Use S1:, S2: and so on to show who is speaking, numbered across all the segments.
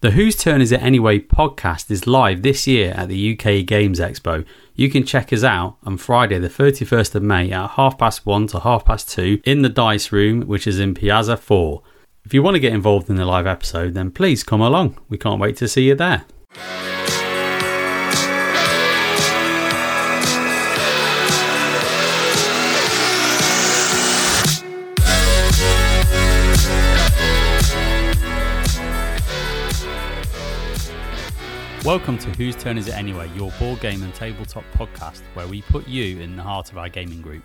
S1: The Whose Turn Is It Anyway podcast is live this year at the UK Games Expo. You can check us out on Friday, the 31st of May at half past one to half past two in the Dice Room, which is in Piazza 4. If you want to get involved in the live episode, then please come along. We can't wait to see you there. Welcome to Whose Turn Is It Anyway, your board game and tabletop podcast where we put you in the heart of our gaming group.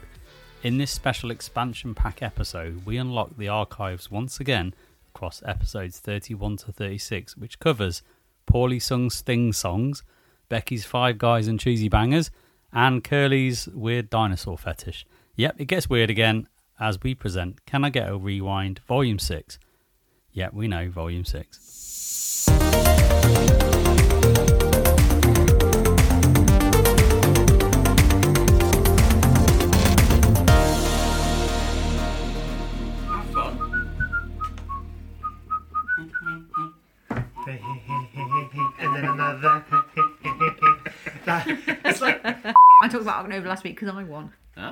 S1: In this special expansion pack episode, we unlock the archives once again across episodes 31 to 36, which covers poorly sung Sting songs, Becky's Five Guys and Cheesy Bangers, and Curly's Weird Dinosaur Fetish. Yep, it gets weird again as we present Can I Get a Rewind Volume 6. Yep, we know, Volume 6.
S2: and then another.
S3: It's like I talked about Argonova last week because I won.
S4: Ah.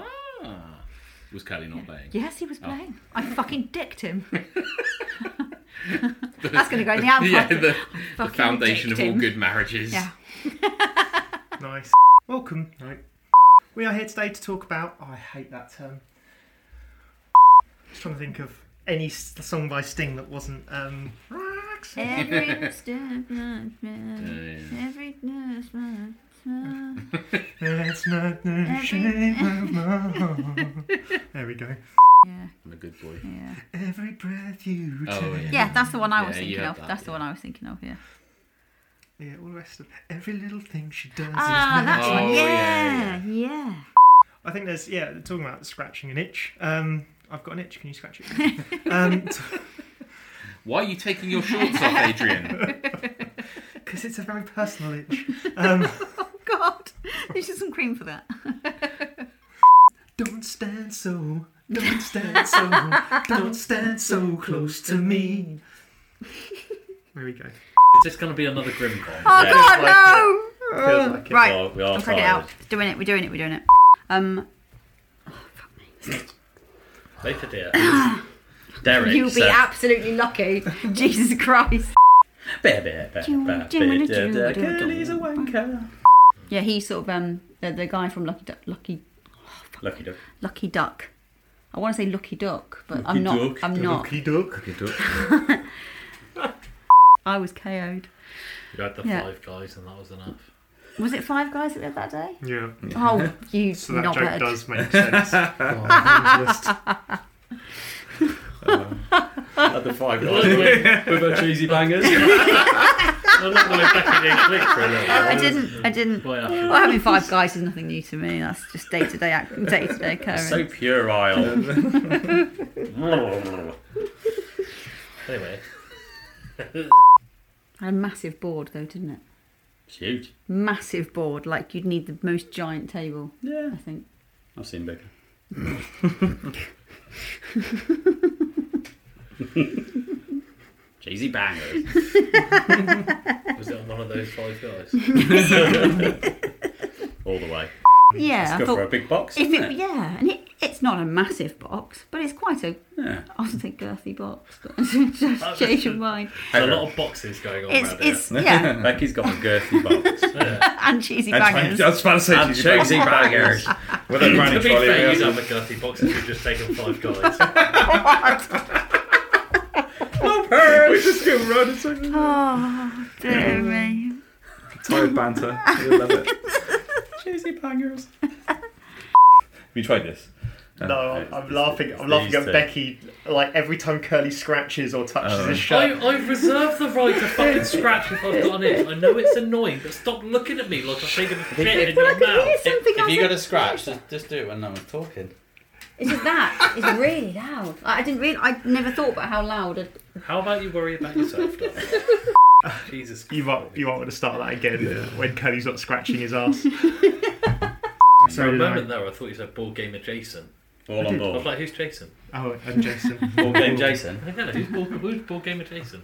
S4: Was Kelly not playing? Oh.
S3: Yes, he was playing. I fucking dicked him. That's gonna go in the album.
S4: Yeah, the, the
S3: Fucking
S4: foundation of
S3: dicked
S4: all
S3: him.
S4: good marriages.
S3: Yeah.
S2: nice. Welcome. Right. We are here today to talk about. oh, I hate that term. Just trying to think of any s- song by Sting that wasn't. Um, Roxy.
S3: Every step, na-
S4: Yeah,
S3: na-
S4: yeah.
S3: every na- na- na-
S2: Let's not know
S3: Every-
S2: shape of my heart. There we go.
S3: yeah,
S4: I'm a good boy.
S3: yeah.
S2: Every breath you
S4: Oh,
S2: take.
S4: yeah.
S3: Yeah, that's the one I was
S4: Yeah, you
S3: thinking
S4: had
S3: of.
S4: that,
S3: that's the
S4: yeah.
S3: one I was thinking of. Yeah.
S2: Yeah, all the rest of every little thing she does. is
S3: Ah,
S2: magic.
S3: that's one.
S4: Oh,
S3: Yeah,
S4: yeah,
S3: yeah.
S2: I think there's yeah, talking about scratching an itch. Um, I've got an itch. Can you scratch it? um,
S4: Why are you taking your shorts off, Adrian?
S2: because it's a very personal itch. Um,
S3: Oh God, there's just some cream for that.
S2: Don't stand so, don't stand so, don't stand so close to me. There we go.
S5: Is this going to be another Grimcon?
S3: Oh
S4: Yeah,
S3: God,
S2: like
S3: no.
S2: Feels like it.
S3: right,
S4: Oh,
S5: Well, we are
S3: I'll take it
S5: tired.
S3: out. Doing it. We're doing it. We're doing it. Um,
S5: Wait for dear. Derek.
S3: you'll be
S5: said-
S3: absolutely lucky. Jesus Christ.
S5: Bear, bear, bear,
S3: Do-
S5: bear,
S3: do-
S5: bear,
S3: do-
S5: dear,
S3: do-
S5: dear,
S3: do-
S5: Curly's a
S3: do-
S5: wanker.
S3: Yeah, he's sort of um the, the guy from Lucky Duck, Lucky
S5: Lucky duck.
S3: Lucky Duck. I want to say Lucky Duck, but I'm not.
S5: Duck,
S3: I'm not.
S2: Lucky duck.
S3: I was KO'd.
S5: You had the
S3: Yeah.
S5: five guys and that was enough.
S3: Was it five guys that lived that day?
S2: Yeah.
S3: Oh, you
S2: So that
S3: not
S2: joke
S3: bad.
S2: does make sense.
S5: Had the five guys. With our cheesy bangers.
S6: I'm not going back at the click for a little while.
S3: I didn't. I didn't.
S6: Boy,
S3: Well,
S6: I-
S3: having five guys is nothing new to me. That's just day to day, day to day occurrence.
S5: so puerile.
S6: Anyway,
S3: I had a massive board though, didn't it?
S5: it's huge.
S3: Massive board. Like you'd need the most giant table.
S5: Yeah.
S3: I think.
S5: I've seen bigger. cheesy bangers.
S6: was it on one of those five guys?
S5: All the way.
S3: Yeah. I
S5: Go for a
S3: thought,
S5: big box.
S3: if
S5: isn't
S3: it, yeah, and it, it's not a massive box, but it's quite a
S5: Yeah.
S3: I was thinking girthy box, but just change your mind.
S6: There's a lot of boxes going on
S3: It's
S6: around
S3: it's yeah,
S5: Becky's got a girthy box.
S6: here. Yeah.
S3: and cheesy
S5: And
S3: bangers.
S5: I was about to say
S4: And cheesy
S5: bangers. With a
S6: To
S5: granny
S6: be fair, you'd
S5: trolley.
S6: have a girthy boxes. You've just taken five guys.
S5: We just get running so
S3: Oh dear me.
S5: tired banter. You love it. cheesy bangers. Have you tried this?
S2: No, I'm, I'm laughing. I'm laughing at Becky. Like every time Curly scratches or touches
S5: Oh.
S2: his
S6: I,
S2: shirt.
S6: I reserve the right to fucking scratch if I've got an itch. I know it's annoying, but stop looking at me like I'm taking a shit in your mouth.
S3: Something
S4: If
S3: I
S4: you
S3: said-
S4: got a scratch, just, just do it when no one's talking.
S3: It's just that. It's really loud. I I didn't really. I never thought about how loud. It,
S6: How about you worry about yourself, darling? Jesus
S2: You might you might want to start that again when Curly's not scratching his ass.
S6: For
S2: Sorry,
S6: a
S2: did I-
S6: moment there, I thought you said board game adjacent.
S5: All on
S6: I was
S5: board.
S6: like, who's Jason?
S2: Oh, and Jason.
S5: Board game Jason.
S6: I don't know, who's board, who's board game adjacent?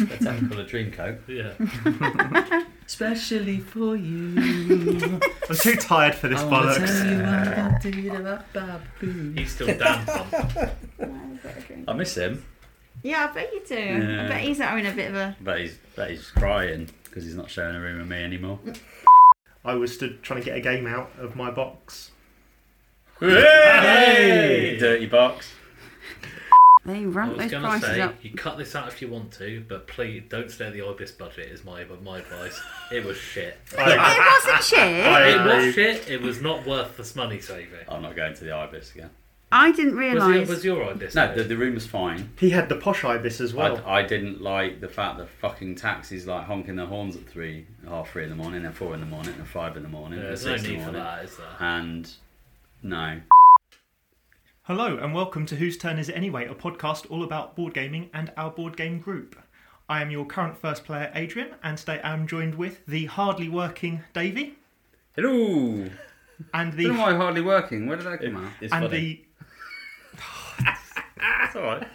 S1: A Technicolor Dreamcoat.
S7: Yeah.
S1: Especially for you.
S2: I'm too tired for this bollocks.
S7: He's still damn fun.
S1: I miss him,
S8: Yeah, I bet you do.
S1: Yeah.
S8: I bet he's having a bit of a.
S1: but he's but he's crying because he's not sharing a room with me anymore.
S2: I was stood trying to get a game out of my box.
S1: Hey! Dirty box.
S8: They
S7: I
S8: ramp
S7: was
S8: those
S7: going to
S8: prices
S7: say,
S8: up.
S7: you cut this out if you want to, but please don't stay at the Ibis budget, is my, my advice. It was shit.
S2: I,
S8: It wasn't shit.
S2: I
S7: It was
S2: agree.
S7: shit. It was not worth this money saving.
S1: I'm not going to the Ibis again.
S8: I didn't
S7: Was,
S8: realise.
S7: it, was your Uh, Ibis?
S1: No, the, the room was fine.
S2: He had the posh ibis as well.
S1: I, I didn't like the fact that fucking taxis like honking their horns at three, half three in the morning, and four in the morning, and five in the morning,
S7: Yeah,
S1: and
S7: there's no
S1: six in
S7: need
S1: the
S7: for
S1: morning.
S7: that, is there?
S1: And no,
S2: Hello and welcome to Whose Turn Is It Anyway, a podcast all about board gaming and our board game group. I am your current first player, Adrian, and today I'm joined with the hardly working Davey
S1: hello.
S2: and
S1: Don't know
S2: the
S1: why hardly working. Where did that come out?
S6: It's
S2: and
S6: funny.
S2: the
S1: That's all right.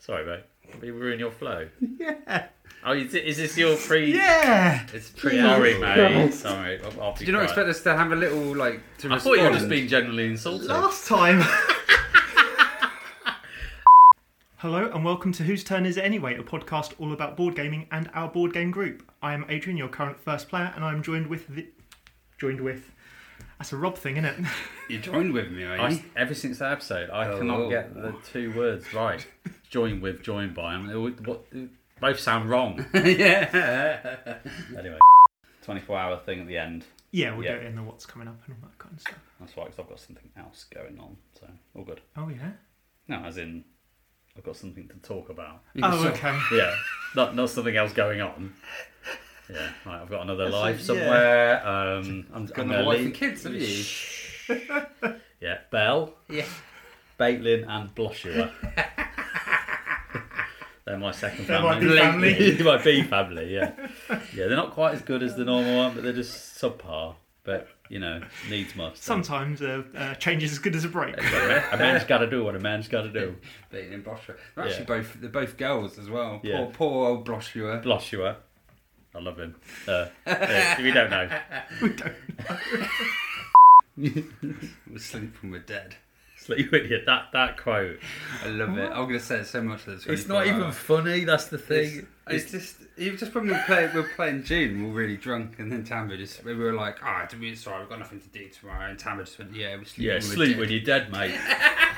S1: Sorry, mate. We ruin your flow.
S2: yeah
S1: Oh, is, it, is this your pre?
S2: yeah.
S1: It's pre. Sorry, mate. Sorry. I'll, I'll be
S5: Did you not
S1: quiet.
S5: expect us to have a little like to
S1: I
S5: respond?
S1: thought you were just being generally insulted.
S2: Last time. Hello and welcome to Whose Turn Is It Anyway, a podcast all about board gaming and our board game group. I am Adrian, your current first player, and I'm joined with the joined with. That's a Rob thing, isn't it?
S1: You joined with me, are you? ever since that episode,
S5: Oh,
S1: I cannot get the two words right. Join with, join by. I mean, it would- what, both sound wrong. yeah. Anyway, 24 hour thing at the end.
S2: Yeah, we'll
S1: Yeah.
S2: do it in the what's coming up and all that kind of stuff.
S1: That's why, because I've got something else going on. So, all good.
S2: Oh yeah.
S1: No, as in, I've got something to talk about.
S2: Oh okay.
S1: Yeah, not not something else going on. Yeah, right, I've got another life somewhere. Um, I'm,
S5: got
S1: I'm
S5: a
S1: gonna
S5: wife
S1: leave-
S5: and kids, have you?
S1: Yeah, Belle.
S5: Yeah.
S1: Baitlin and Bloshua. they're my second
S2: They're my
S1: family.
S2: bee family.
S1: Blatantly my bee family, yeah. Yeah, they're not quite as good as the normal one, but they're just subpar. But, you know, needs must.
S2: Sometimes a uh, uh, change is as good as a break.
S1: A man's got to do what a man's got to do.
S5: Being in Bloshua. They're
S1: Yeah.
S5: actually both they're both girls as well.
S1: Yeah.
S5: Poor poor old Bloshua.
S1: Bloshua. I love him. Uh, yeah, we don't know.
S5: We're sleeping when we're dead.
S1: Sleep with you. That, that quote.
S5: I love it. I'm gonna say it so much for this.
S1: It's not even funny, that's the
S5: It's,
S1: thing.
S5: it's just even just when we play we were playing June, we were really drunk, and then Tambo just we were like, ah, oh, we sorry, we've got nothing to do tomorrow, and Tambo just went, yeah, we sleep.
S1: Yeah,
S5: when we're
S1: sleep
S5: dead."
S1: when you're dead, mate.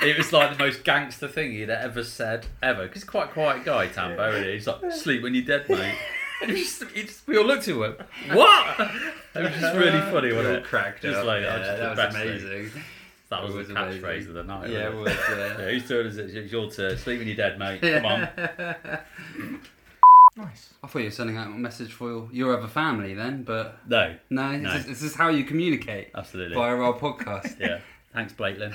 S1: it was like the most gangster thing he'd ever said, ever. Because he's quite a quiet guy, Tambo, isn't he? He's like, sleep when you're dead, mate. And he just, he just, we all looked at him, what? It was just really funny,
S5: We all
S1: wasn't it?
S5: cracked
S1: Just
S5: up.
S1: like,
S5: yeah,
S1: oh, just the
S5: that
S1: best
S5: was
S1: thing.
S5: amazing.
S1: That was
S5: It
S1: the
S5: was
S1: catchphrase
S5: amazing.
S1: of the night.
S5: Yeah, it
S1: wasn't
S5: was. Yeah.
S1: it? yeah, whose turn is it? It's your turn. Sleep when you're dead, mate. Come on.
S2: nice.
S5: I thought you were sending out a message for your, your other family then, but
S1: No,
S5: no,
S1: No.
S5: This, is, this is how you communicate
S1: absolutely.
S5: via our podcast.
S1: Yeah. Thanks, Blatelyn.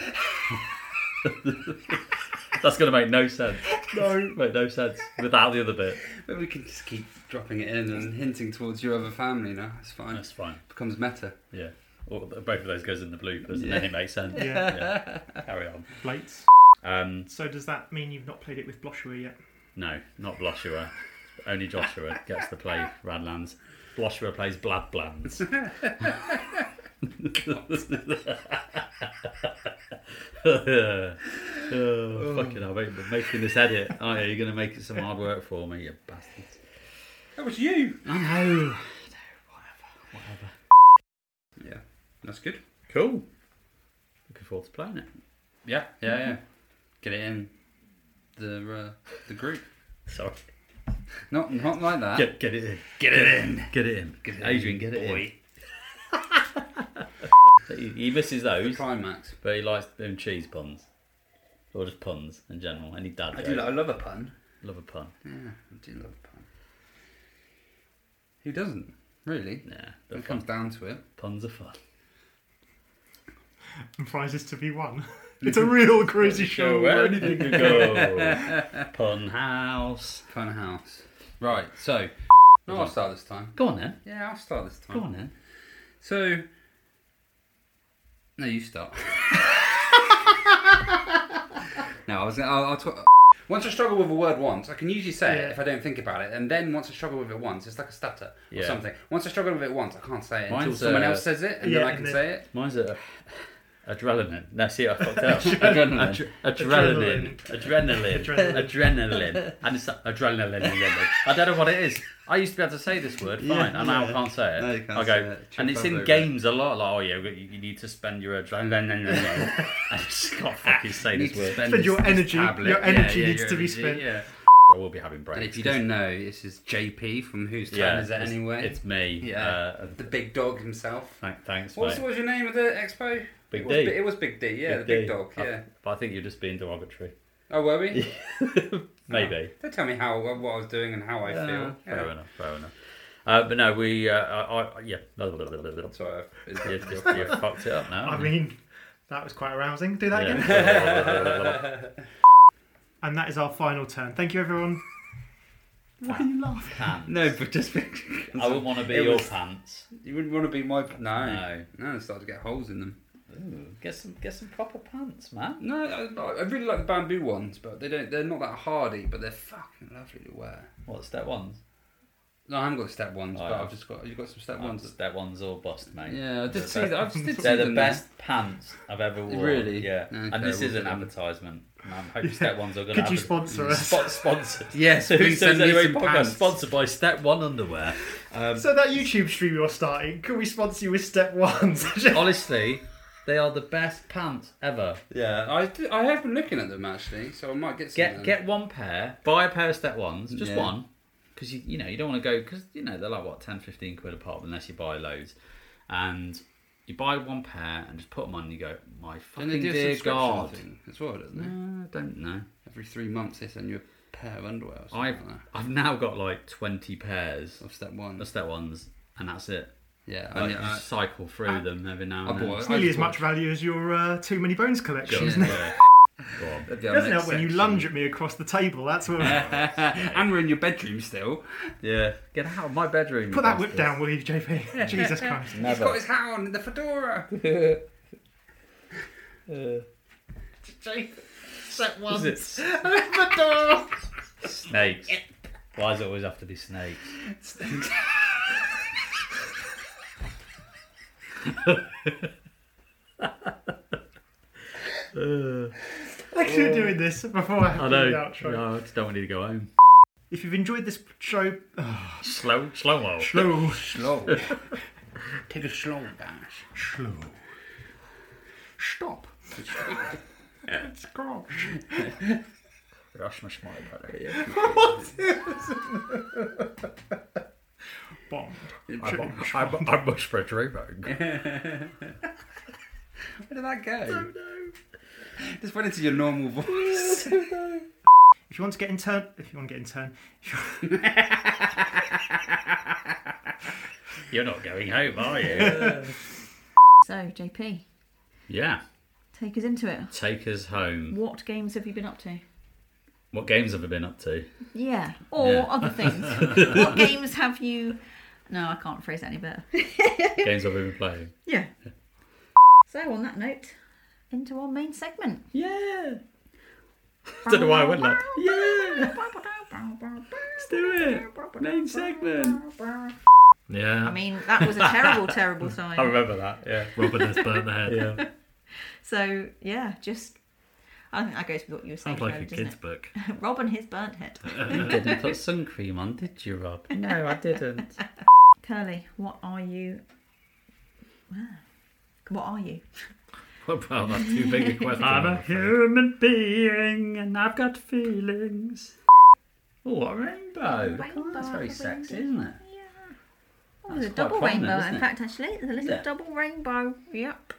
S1: That's going to make no sense. No. Make no sense without the other bit.
S5: Maybe we can just keep dropping it in and hinting towards your other family now. It's fine.
S1: That's fine.
S5: becomes meta.
S1: Yeah. Or both of those goes in the bloopers, and
S5: Yeah.
S1: then it makes sense.
S2: Yeah.
S1: Yeah. Carry on.
S2: Plates.
S1: Um,
S2: So does that mean you've not played it with Bloshua yet?
S1: no, not Bloshua. Only Joshua gets to play Radlands. Bloshua plays Bladblands. oh, fucking hell, mate, but making this edit, aren't you? You're going to make it some hard work for me, you bastards.
S6: That was you.
S5: Yeah, that's good.
S1: Cool. Looking forward to playing it.
S5: Yeah, yeah, yeah. Get it in the uh, the group.
S1: Sorry.
S5: Not not like that.
S1: Get, get it in. Get it in. Get it in.
S5: Get it in,
S1: Adrian, get it
S5: boy.
S1: in. He, he misses those.
S5: Climax.
S1: But he likes doing cheese puns. Or just puns in general. Any dad
S5: I
S1: jokes.
S5: do. Love, I love a pun.
S1: love a pun.
S5: Yeah, I do love a pun. Who doesn't? Really?
S1: Nah,
S5: When
S1: they're
S5: it comes
S1: fun.
S5: down to it.
S1: puns are fun.
S2: And prizes to be won. it's a real crazy show.
S1: anything can go. pun house.
S5: Fun house. Right. So, no, I'll start this time.
S1: Go on then.
S5: Yeah, I'll start this time.
S1: Go on then.
S5: So, no, you start. no, I was. I'll, I'll talk. Once I struggle with a word once, I can usually say
S2: Yeah.
S5: it if I don't think about it. And then once I struggle with it once, it's like a stutter or
S1: Yeah.
S5: something. Once I struggle with it once, I can't say it until
S1: Mine's,
S5: someone
S1: uh,
S5: else says it, and
S2: yeah,
S5: then I
S2: and
S5: can
S2: then-
S5: say it.
S1: Mine's a adrenaline. No, see, I fucked up. adrenaline. Adrenaline. Adrenaline.
S2: Adrenaline.
S1: Adrenaline. And it's that adrenaline. I don't know what it is. I used to be able to say this word fine,
S5: Yeah,
S1: and now I
S5: yeah.
S1: can't say it.
S5: No, you can't
S1: I
S5: say
S1: go,
S5: it.
S1: and
S5: Trip
S1: it's
S5: over
S1: in
S5: it.
S1: games a lot. Like, oh yeah, you, you need to spend your adrenaline. I just can't fucking say
S5: You
S1: this
S5: need to
S1: word.
S5: spend
S2: Spend your energy-
S5: tablet.
S2: your energy needs
S5: your
S2: to be
S5: energy,
S2: spent.
S5: Yeah.
S1: I will be having breaks.
S5: And if you don't know, this is JP from Whose Turn Is It
S1: it's-
S5: Anyway?
S1: It's me.
S5: Yeah.
S1: Uh,
S5: the big dog himself.
S1: th- thanks,
S5: What was,
S1: mate.
S5: what was your name of the expo?
S1: Big
S5: it was,
S1: D.
S5: Bi- It was Big D, yeah, the
S1: D.
S5: big dog,
S2: Oh.
S1: I-
S5: yeah.
S1: but I think you're just being derogatory.
S5: Oh, were we?
S1: Maybe. Uh,
S5: Don't tell me how what, what I was doing and how I feel.
S1: Fair
S5: Yeah.
S1: enough. Fair enough. Uh, but no, we. Uh, I, I, yeah. Blah, blah, blah, blah, blah.
S5: Sorry, it's
S1: You,
S5: not your
S1: you, you fucked it up now.
S2: I mean, that was quite arousing. Do that again.
S1: yeah.
S2: And that is our final turn. Thank you, everyone. Why are you laughing?
S1: Pants.
S5: No, but just
S1: I wouldn't want to be
S5: It
S1: your
S5: was-
S1: pants.
S5: you wouldn't want to be my no
S1: No.
S5: no. It started to get holes in them.
S1: Ooh, get some, get some proper pants, man.
S5: No, I, I really like the bamboo ones, but they don't. They're not that hardy, but they're fucking lovely to wear.
S1: What step ones?
S5: No, I haven't got step ones,
S1: Oh,
S5: but
S1: yeah.
S5: I've just got you've got some step
S1: Um,
S5: ones.
S1: Step ones or bust, mate.
S5: yeah,
S1: They're
S5: I did
S1: the
S5: see
S1: best-
S5: that. I've did see
S1: They're the
S5: them.
S1: best pants I've ever worn.
S5: Really?
S1: Yeah.
S5: Okay,
S1: and this
S5: we'll
S1: is an
S5: do them.
S1: advertisement. And I hope step ones are going to
S2: Could you sponsor us?
S1: Mm. Spot sponsored.
S5: Yes,
S1: Who
S5: please
S1: says
S5: send me
S1: anyway?
S5: some
S1: Podcast
S5: pants.
S1: sponsored by Step One Underwear.
S2: So that YouTube stream you're starting, can we sponsor you with step ones?
S1: Honestly, they are the best pants ever.
S5: Yeah, I, do- I have been looking at them actually, so I might get some.
S1: Get
S5: of them.
S1: get one pair, buy a pair of step ones, just
S5: Yeah.
S1: one, because you you know you don't want to go because you know they're like what 10, 15 quid a pop unless you buy loads, and you buy one pair and just put them on. and You go, my
S5: Don't they
S1: fucking
S5: do a
S1: dear
S5: subscription
S1: god.
S5: thing as well, doesn't it?
S1: Uh, I don't know.
S5: Every three months they send you a pair of underwear. Or something
S1: I've
S5: like
S1: I've now got like twenty pairs
S5: that. of step one.
S1: of step ones, and that's it.
S5: Oh, Yeah,
S1: Like,
S5: I,
S1: you
S5: I,
S1: just cycle through them every now
S5: I
S1: and then.
S5: bought.
S2: It's nearly as much value as your uh, Too Many Bones collection,
S1: Go
S2: isn't it?
S1: on. Go on.
S2: It doesn't help when you lunge at me across the table. That's what.
S5: and we're in your bedroom still.
S1: Yeah, get out of my bedroom. you
S2: Put that whip
S1: bastards.
S2: down, will you, JP? Jesus Christ.
S5: He's got his hat on, the fedora.
S2: Step ones.
S1: Is it snakes? Why does it always have to be snakes?
S2: Thanks for doing this before I have
S1: I
S2: to
S1: know.
S2: do the outro.
S1: No, I just don't want you to go home.
S2: If you've enjoyed this show, uh,
S1: Slow, slow mo.
S2: slow,
S5: Slow. Take a slow bash.
S2: slow, stop, stop.
S1: Rush my smile,
S2: Bomb.
S1: I'm, I'm much for a dreaming.
S5: Where did that go? Just went into your normal voice.
S2: If you want to get in turn, if you want to get in turn,
S1: You're not going home, are you?
S3: So, JP,
S1: yeah.
S3: take us into it.
S1: Take us home.
S3: What games have you been up to?
S1: What games have I been up to?
S3: Yeah, or
S1: Yeah.
S3: other things. what games have you? No, I can't phrase that any better.
S1: games I've been playing.
S3: Yeah. So on that note, into our main segment.
S1: Yeah. Don't know why I went like. Yeah. Let's do it. Main segment. Yeah.
S3: I mean, that was a terrible, terrible time.
S1: I remember that. Yeah.
S6: Robin has burnt the head.
S1: Yeah.
S3: So yeah, just I think that goes with what you were saying.
S6: Sounds like
S3: earlier,
S6: a
S3: doesn't
S6: kid's book.
S3: it? Rob and his burnt head.
S1: You didn't put sun cream on, did you, Rob? No, I didn't.
S3: Curly, what are you? Ah, What are you?
S6: Well, that's too big a question.
S1: I'm
S6: I'm
S1: a human being and I've got feelings. Oh, a rainbow.
S3: Rainbow,
S1: That's very sexy,
S3: rainbow.
S1: isn't it?
S3: Yeah. Oh, there's a
S1: quite
S3: double
S1: prominent,
S3: rainbow.
S1: isn't
S3: In
S1: it?
S3: fact, actually, there's a little
S1: Yeah.
S3: double rainbow. Yep.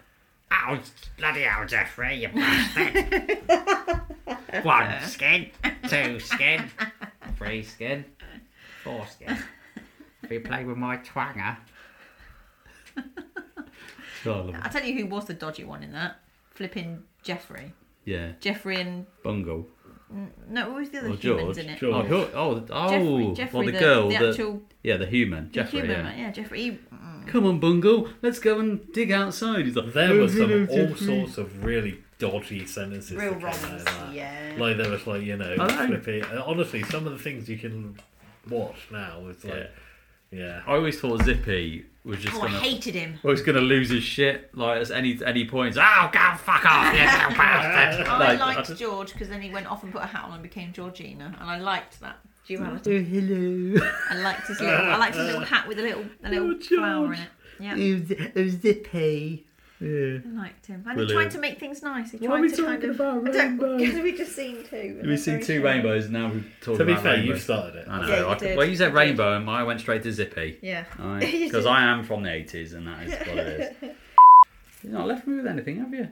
S7: Oh, bloody hell, Jeffrey, you bastard. One skin, two skin, three skin, four skin. If you play with my twanger,
S3: I tell you who was the dodgy one in that. Flipping Jeffrey.
S1: Yeah,
S3: Jeffrey and
S1: Bungle.
S3: no, what was the other
S1: Or
S3: humans
S1: George.
S3: in it?
S1: Oh, who- oh, oh,
S3: Jeffrey,
S1: well,
S3: Jeffrey
S1: the,
S3: the,
S1: girl.
S3: the
S1: that-
S3: actual
S1: yeah, the human.
S3: the
S1: Jeffrey,
S3: human,
S1: yeah.
S3: yeah, Jeffrey. he- mm,
S1: Come on, Bungle, let's go and dig outside. He's like,
S6: There were some all sorts of really
S7: dodgy sentences.
S8: Real
S7: that came out of
S8: wrongs,
S7: that.
S8: yeah.
S7: Like there was like you know,
S5: know.
S7: flippy. and Honestly, some of the things you can watch now is like, yeah.
S1: I always thought Zippy was just
S8: Oh, I
S1: gonna
S8: hated him.
S1: was gonna lose his shit like at any any point. He's, Oh god, fuck off, you little bastard!
S3: I
S1: Like-
S3: liked George because then he went off and put a hat on and became Georgina, and I liked that duality.
S5: Oh, hello.
S3: I liked his little, I liked his little hat with a little, a little flower in it. Yeah,
S5: Oh, zippy. Yeah.
S3: I liked him. And he tried
S1: Brilliant.
S3: to make things nice. He tried
S5: Why are we
S3: to
S5: talking
S3: kind of.
S5: about
S3: I don't-
S5: rainbows?
S3: we just seen two.
S1: We've seen two rainbows and now we've talked
S7: To be
S1: about
S7: fair,
S1: rainbows.
S7: you've started it.
S1: I know.
S3: Yeah, you
S1: I,
S3: did.
S1: Well, you
S3: You
S1: said
S3: did.
S1: rainbow, and I went straight to Zippy.
S3: Yeah. You
S1: Because
S3: did.
S1: I am from the 80s, and that is what it is. You've not left me with anything, have you?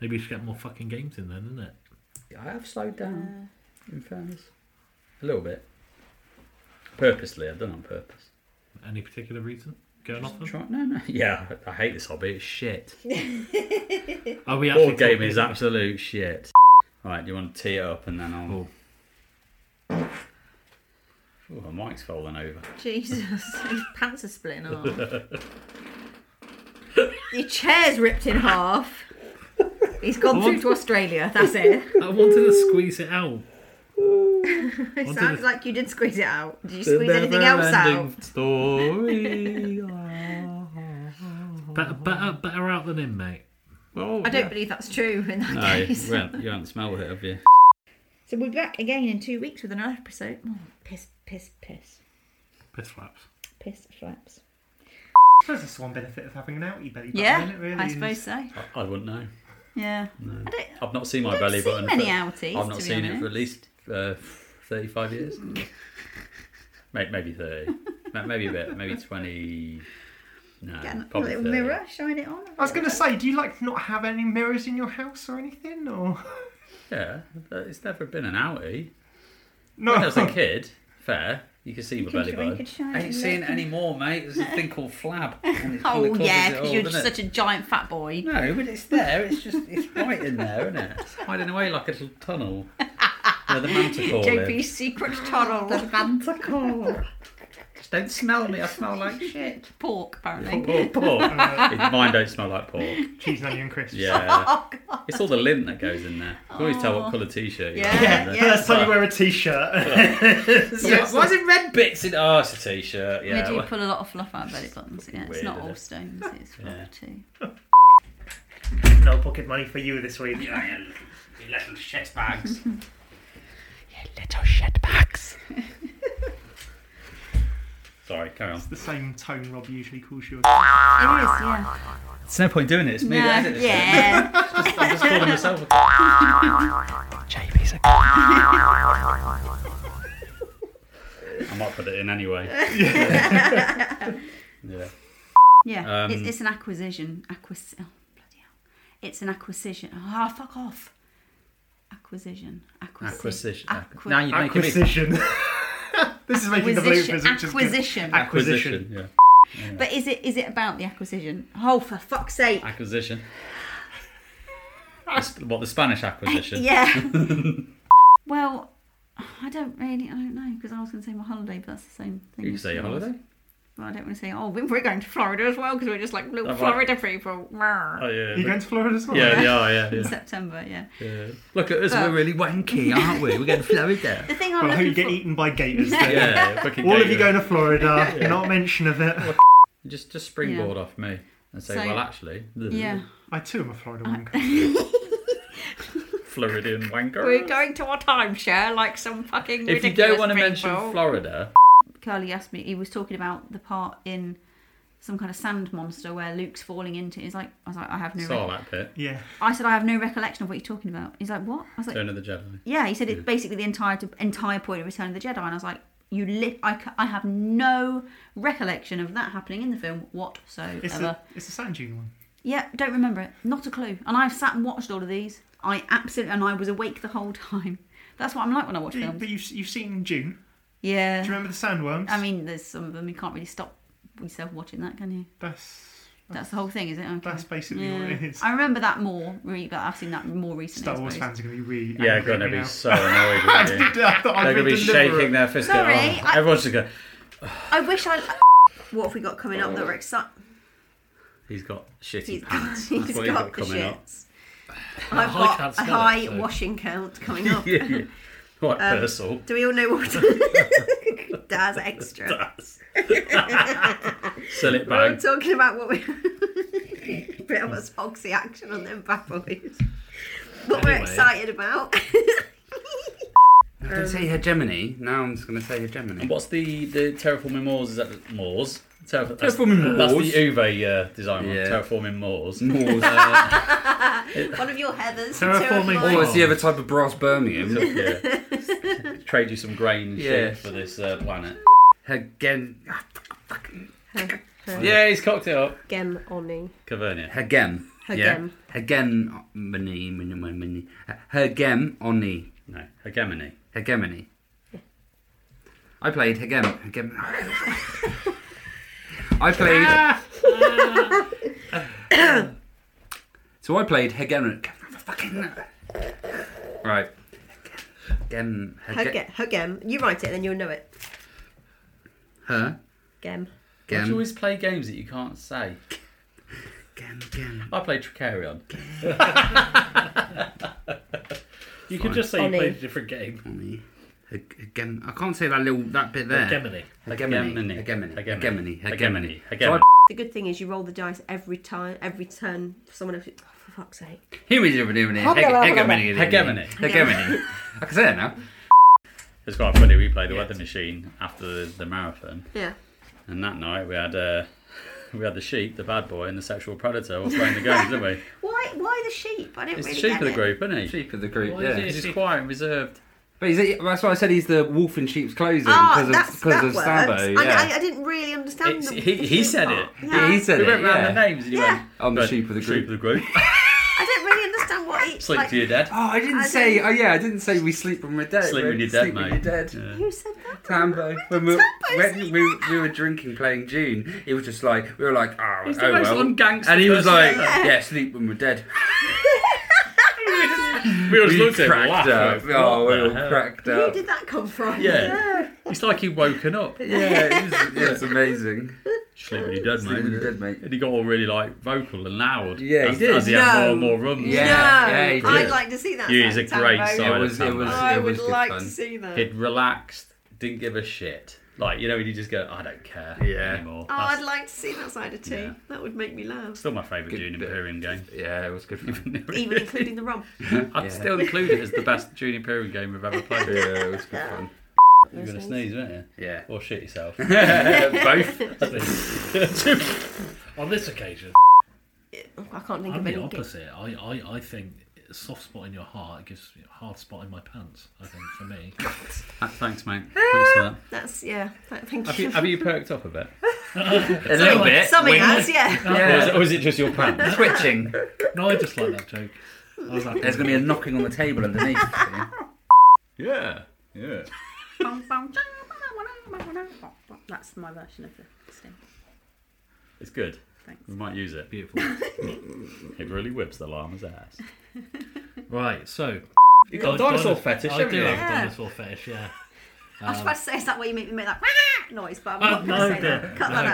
S7: Maybe you should get more fucking games in then, isn't it?
S1: I have slowed down, in fairness. A little bit. Purposely, I've done it on purpose.
S7: Any particular reason? Going off them?
S1: Try, no, no. Yeah, I hate this hobby. It's shit.
S7: Are we actually
S1: Board game
S7: talking-
S1: is absolute shit. Right, do you want to tee it up and then I'll. Oh, the mic's falling over.
S3: Jesus, his pants are splitting off.
S8: Your chair's ripped in half. He's gone through to Australia. That's it.
S7: I wanted to squeeze it out.
S8: It
S7: Onto
S8: sounds
S7: the-
S8: like you did squeeze it out. Did you squeeze anything else out?
S1: Story.
S3: Oh.
S7: Better, better, better out than in, mate.
S1: well,
S8: I don't believe that's true in that
S1: No, you
S8: case.
S1: haven't, you haven't smelled it, have you?
S3: So we'll be back again in two weeks with another episode. Oh, piss, piss, piss,
S7: Piss flaps.
S3: piss flaps.
S2: suppose that's the one benefit of having an outie belly button,
S3: Yeah,
S2: isn't it, really?
S3: I suppose so.
S1: I, I wouldn't know.
S3: Yeah. I don't,
S1: I've not seen my
S3: I don't
S1: belly
S3: see
S1: button.
S3: many
S1: for-
S3: outies,
S1: I've
S3: to
S1: not
S3: be
S1: seen it for at
S3: honest.
S1: least uh, 35 years. maybe, maybe 30. Ma- maybe a bit. Maybe 20. No,
S3: Get a
S1: probably
S3: little
S1: 30.
S3: mirror, shine it on.
S2: I was going to say, do you like not have any mirrors in your house or anything? Or
S1: Yeah, but it's never been an outie.
S2: no,
S1: When I was a kid, fair, you could see my
S3: can
S1: belly
S3: try- you
S1: button.
S3: could shine
S1: I
S3: it
S1: ain't seen
S3: look.
S1: it anymore, mate. There's a thing called flab. and it
S3: Oh
S1: kinda covers
S3: yeah,
S1: it
S3: because
S1: all,
S3: you're
S1: doesn't it?
S3: such a giant fat boy.
S1: No, but it's there. It's just it's right in there, isn't it? It's hiding away like a little tunnel. Where the manticore lives.
S3: JP's secret tunnel. The manticore.
S1: Just don't smell me. I smell like shit.
S3: Pork, apparently.
S1: Pork. pork. Mine don't smell like pork.
S2: cheese and onion crisps.
S1: Yeah. It's all the lint that goes in there. You can always tell what colour t-shirt you
S3: Oh, Yeah,
S1: have, don't you?
S2: First time you wear a t-shirt.
S1: Why- Why is it red bits in... Oh, it's a t-shirt. Yeah.
S3: we do
S1: well-
S3: pull a lot of fluff out of belly buttons. Yeah, it's
S1: weird,
S3: not
S1: isn't
S3: all
S1: it?
S3: stones. It's fluff
S1: Yeah.
S3: too.
S2: no pocket money for you this week.
S5: You little shit bags.
S1: Sorry, carry on.
S2: It's the same tone Rob usually calls you.
S3: It
S1: Ah,
S3: is, yeah.
S1: It's no point doing it. It's me that
S3: No,
S1: edits it.
S3: yeah.
S1: I'm just calling myself a... JB's a... I might put it in anyway. yeah.
S3: yeah.
S1: Um,
S3: it's, it's an acquisition. Acquis- oh, bloody hell. It's an acquisition. Ah, fuck off. Acquisition. Acquisi-
S1: Acquisition. Now you're making me...
S2: Acquisition. this is making the bloopers,
S3: acquisition.
S2: which is good.
S3: Acquisition.
S2: Acquisition.
S1: Yeah.
S3: But is it is it about the acquisition? Oh, for fuck's sake!
S1: Acquisition. That's what, the Spanish acquisition?
S3: Yeah. well, I don't really, I don't know, because I was going to say my holiday, but that's the same thing.
S1: You can
S3: as
S1: say your
S3: yours.
S1: holiday.
S3: Well, I don't want to say, oh, we- we're going to Florida as well, because we're just like little
S1: Oh, right.
S3: Florida people.
S1: Oh,
S2: Are you
S1: yeah.
S2: going to Florida as well?
S1: Yeah, yeah, yeah,
S3: In
S1: yeah.
S3: September, yeah.
S1: Yeah. Look at us, we're really wanky, aren't we? We're going to Florida.
S3: The thing I'm
S2: Well, I hope you
S3: looking
S2: get
S3: for.
S2: eaten by gators. Then.
S1: yeah, fucking
S2: All of
S1: gator.
S2: you going to Florida, not mention of it.
S1: Just, just springboard off me and say,
S3: So-
S1: well, actually, the
S3: Yeah,
S2: I too am a Florida wanker.
S1: Floridian wanker.
S3: we're going to our timeshare like some fucking.
S1: if you
S3: ridiculous
S1: don't want to
S3: people.
S1: mention Florida,
S3: Carly asked me. He was talking about the part in some kind of sand monster where Luke's falling into. He's like, I was like, I have no. rec-
S1: Sarlacc pit,
S2: Yeah.
S3: I said, I have no recollection of what you're talking about. He's like, what? I was like,
S1: Turn of the Jedi.
S3: Yeah, he said it's basically the entire entire point of Return of the Jedi, and I was like, "You li- I, ca- I have no recollection of that happening in the film whatsoever."
S2: It's the, it's the sand dune one.
S3: Yeah, don't remember it, not a clue. And I've sat and watched all of these. I absolutely and I was awake the whole time. That's what I'm like when I watch
S2: But you-
S3: films.
S2: But you've, you've seen June. Do you
S3: Yeah,
S2: remember the sandworms?
S3: I mean, there's some of them you can't really stop yourself watching that, can you?
S2: that's
S3: That's the whole thing, is it? Okay.
S2: that's basically what it
S3: Yeah.
S2: is.
S3: I remember that more, re- but I've seen that more recently. I
S2: Star Wars
S3: suppose.
S2: fans are going to be really
S1: Yeah,
S2: angry
S1: going to
S2: at me
S1: be
S2: now.
S1: so annoyed with you.
S2: I thought I'd
S1: They're going to be
S2: deliberate.
S1: shaking their fist
S3: Sorry,
S1: at oh,
S3: I-
S1: Everyone's just going,
S3: I wish I. What have we got coming up that we're excited?
S1: he's got shitty
S3: He's got,
S1: pants.
S3: he's
S1: That's what he's
S3: got
S1: got
S3: the
S1: coming up.
S3: shits.
S7: I
S3: I've got
S7: can't
S3: a
S7: smell it,
S3: high
S7: so-
S3: washing count coming up.
S6: yeah, yeah. Quite
S3: Um,
S6: personal.
S3: Do we all know what Daz extra?
S6: Sell it
S3: We're all
S6: back.
S3: talking about what we bit of a spoxy action on them bad boys. What we're
S6: Anyway.
S3: excited about.
S5: I can say hegemony. Now I'm just going to say hegemony.
S6: And what's the the terraforming Moors? Is that the Moors? Terraf- that's-
S5: Terraforming
S6: That's
S5: Moors.
S6: the Uwe uh, design one.
S5: Yeah.
S6: Terraforming Moors.
S5: Moors.
S3: One of your heathers.
S7: Terraforming
S3: two of
S5: Oh,
S3: mine.
S5: it's the other type of brass Birmingham.
S6: yeah. Trade you some grain and
S5: Yeah.
S6: shit for this uh, planet.
S5: Hegen.
S6: Yeah, he's cocked it up.
S4: Gem Oni.
S6: Cavernia.
S5: Hegen.
S4: Hegem.
S5: Hegen. Money. Money. Money. Hegem. Oni.
S6: No, hegemony.
S5: Hegemony. I played Hegem. Hegem. I played. so I played Hegem. Fucking. Right. Hegem. Hegem.
S4: Hege- Hegem. You write it, then you'll know it.
S5: Her.
S4: Gem.
S6: Why do you
S5: Gem.
S6: always play games that you can't say?
S5: Gem. Gem.
S6: I played Tricarion.
S7: You could just say you
S4: Funny.
S7: played a different game.
S5: Oni. Heg- Hegem. I can't say that little that bit there.
S7: Gemini.
S5: Hegemony. Hegemony. Hegemony. Hegemony.
S6: Hegemony.
S4: The good thing is you roll the dice every time, every turn. for Someone else. Oh, for fuck's sake.
S5: Hegemony. Hegemony.
S6: Hegemony.
S5: Hegemony. I can say it now.
S6: It's quite funny. We played the Weather Machine after the, the marathon,
S4: Yeah.
S6: and that night we had uh, we had the sheep, the bad boy, and the sexual predator all playing the games, didn't we?
S3: Why? Why the sheep? I don't
S6: It's the
S3: really
S6: sheep
S3: get
S6: of the
S3: it.
S6: group, isn't he?
S5: Sheep of the group.
S7: Why
S5: Yeah.
S7: is it-
S6: He's just quiet and reserved.
S5: But he's, that's why I said he's the wolf in sheep's clothing
S3: Ah,
S5: because
S3: that's
S5: of because
S3: that
S5: of
S3: works.
S5: Sabo.
S4: I,
S5: Yeah.
S4: I, I didn't really understand
S6: It's,
S4: the
S6: he, he said it.
S5: yeah, he said
S6: We
S5: it.
S6: went round
S5: yeah.
S6: the names and he
S3: Yeah.
S6: went,
S5: I'm the
S6: "But
S5: sheep of the
S6: Sheep of the
S5: group.
S6: group.
S3: I don't really understand what each.
S6: Sleep
S3: like,
S6: to your dead.
S5: Oh, I didn't
S3: I
S5: say.
S3: don't-
S5: Oh, yeah, I didn't say we sleep when we're dead.
S6: Sleep
S5: we
S6: when you're dead,
S5: sleep
S6: mate.
S5: When you're dead.
S6: Yeah.
S3: Who said that?
S5: Tambo. When we, when we, we were drinking, playing June, it was just like we were like, oh,
S6: He's the
S5: oh
S6: most
S5: well.
S6: ungangster
S5: and he was
S6: person
S5: like,
S6: ever.
S5: yeah, sleep when we're dead.
S6: We all
S5: We
S6: just looked at him and
S5: cracked
S6: laughed.
S5: up.
S6: like,
S5: Oh,
S6: "What
S5: we
S6: the
S5: all
S6: hell?"
S5: cracked
S4: Where
S5: up.
S4: did that come from?
S6: Yeah. It's like he'd woken up.
S5: Yeah, it was, it was amazing.
S6: Sleep when you're dead,
S5: Sleep when you're
S6: mate.
S5: dead, mate.
S6: And he got all really like vocal and loud.
S5: Yeah, he
S6: as,
S5: did.
S6: As he had
S3: No.
S6: more and more runs.
S5: Yeah,
S3: no,
S5: yeah, he
S3: I'd
S6: did.
S3: like to see that.
S6: Yeah, he's a
S3: Tambo.
S6: great
S3: I
S6: side
S5: It was-
S6: of
S5: it
S6: Tambo.
S5: was-
S3: I
S5: it
S3: would
S5: good
S3: like
S5: fun.
S3: to see that.
S6: He'd relaxed, didn't give a shit. Like you know, he'd just go, "I don't care
S5: Yeah.
S6: anymore."
S3: Oh,
S6: That's
S3: I'd like to see that side of tea.
S6: Yeah.
S3: That would make me laugh,
S6: still my favourite
S5: Good
S6: Dune
S5: bit.
S6: Imperium game.
S5: Yeah, it was good fun.
S3: even including the rum.
S6: I'd
S5: Yeah.
S6: still include it as the best Dune Imperium game I've ever played.
S5: yeah, it was good fun.
S6: You're gonna sneeze, weren't you?
S5: Yeah.
S6: Or shit yourself.
S5: Both.
S7: On this occasion,
S3: Oh,
S4: I can't think
S7: I'm
S4: of
S7: the
S4: any. good-
S7: opposite. I, I, I think a soft spot in your heart gives you a hard spot in my pants, I think, for me.
S6: Thanks, mate. Thanks for that.
S3: That's yeah. Thank
S6: Have you, have you perked up a bit?
S5: A little bit.
S3: Something has, yeah.
S6: Or, is
S5: Yeah.
S6: it, or is it just your pants?
S5: Twitching.
S7: No, I just like that joke. I was like,
S5: There's going to be a knocking on the table underneath.
S6: yeah. Yeah.
S3: That's my version of the same.
S6: It's good.
S3: Thanks.
S6: We might use it.
S7: beautiful.
S6: It really whips the llama's ass.
S7: Right, so.
S6: You got a dinosaur fetish,
S7: I
S6: haven't
S7: do
S6: you?
S7: have a
S3: Yeah.
S7: dinosaur fetish, yeah.
S3: I was about to say, is that why you make me make that "Wah!" noise? But I'm not going to
S7: Um, Oh, no,
S3: say that.
S7: don't.
S3: Cut
S7: No,
S3: that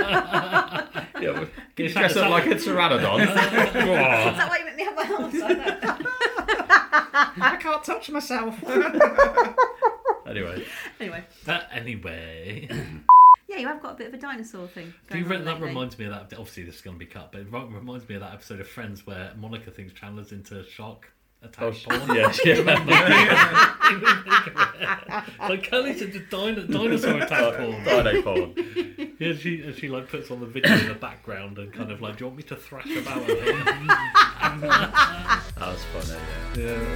S3: out.
S7: darling.
S6: Yeah, well, can you
S7: fact,
S6: dress
S7: it's
S6: up
S7: like-
S6: like a pteranodon?
S3: Is that why you make me have my arms like that?
S2: I can't touch myself.
S6: anyway,
S3: Anyway,
S7: That anyway.
S3: yeah, you have got a bit of a dinosaur thing.
S7: Do you
S3: going
S7: re-
S3: on
S7: that
S3: lately.
S7: reminds me of that. Obviously, this is going to be cut, but it re- reminds me of that episode of Friends where Monica thinks Chandler's into shark attack porn.
S6: Oh, yeah, yeah.
S7: Like Kelly's into dino- dinosaur attack porn.
S6: Dino porn.
S7: Yeah, she and she like puts on the video in the background and kind of like, do you want me to thrash about? it?"
S6: That was funny. Yeah.
S7: yeah.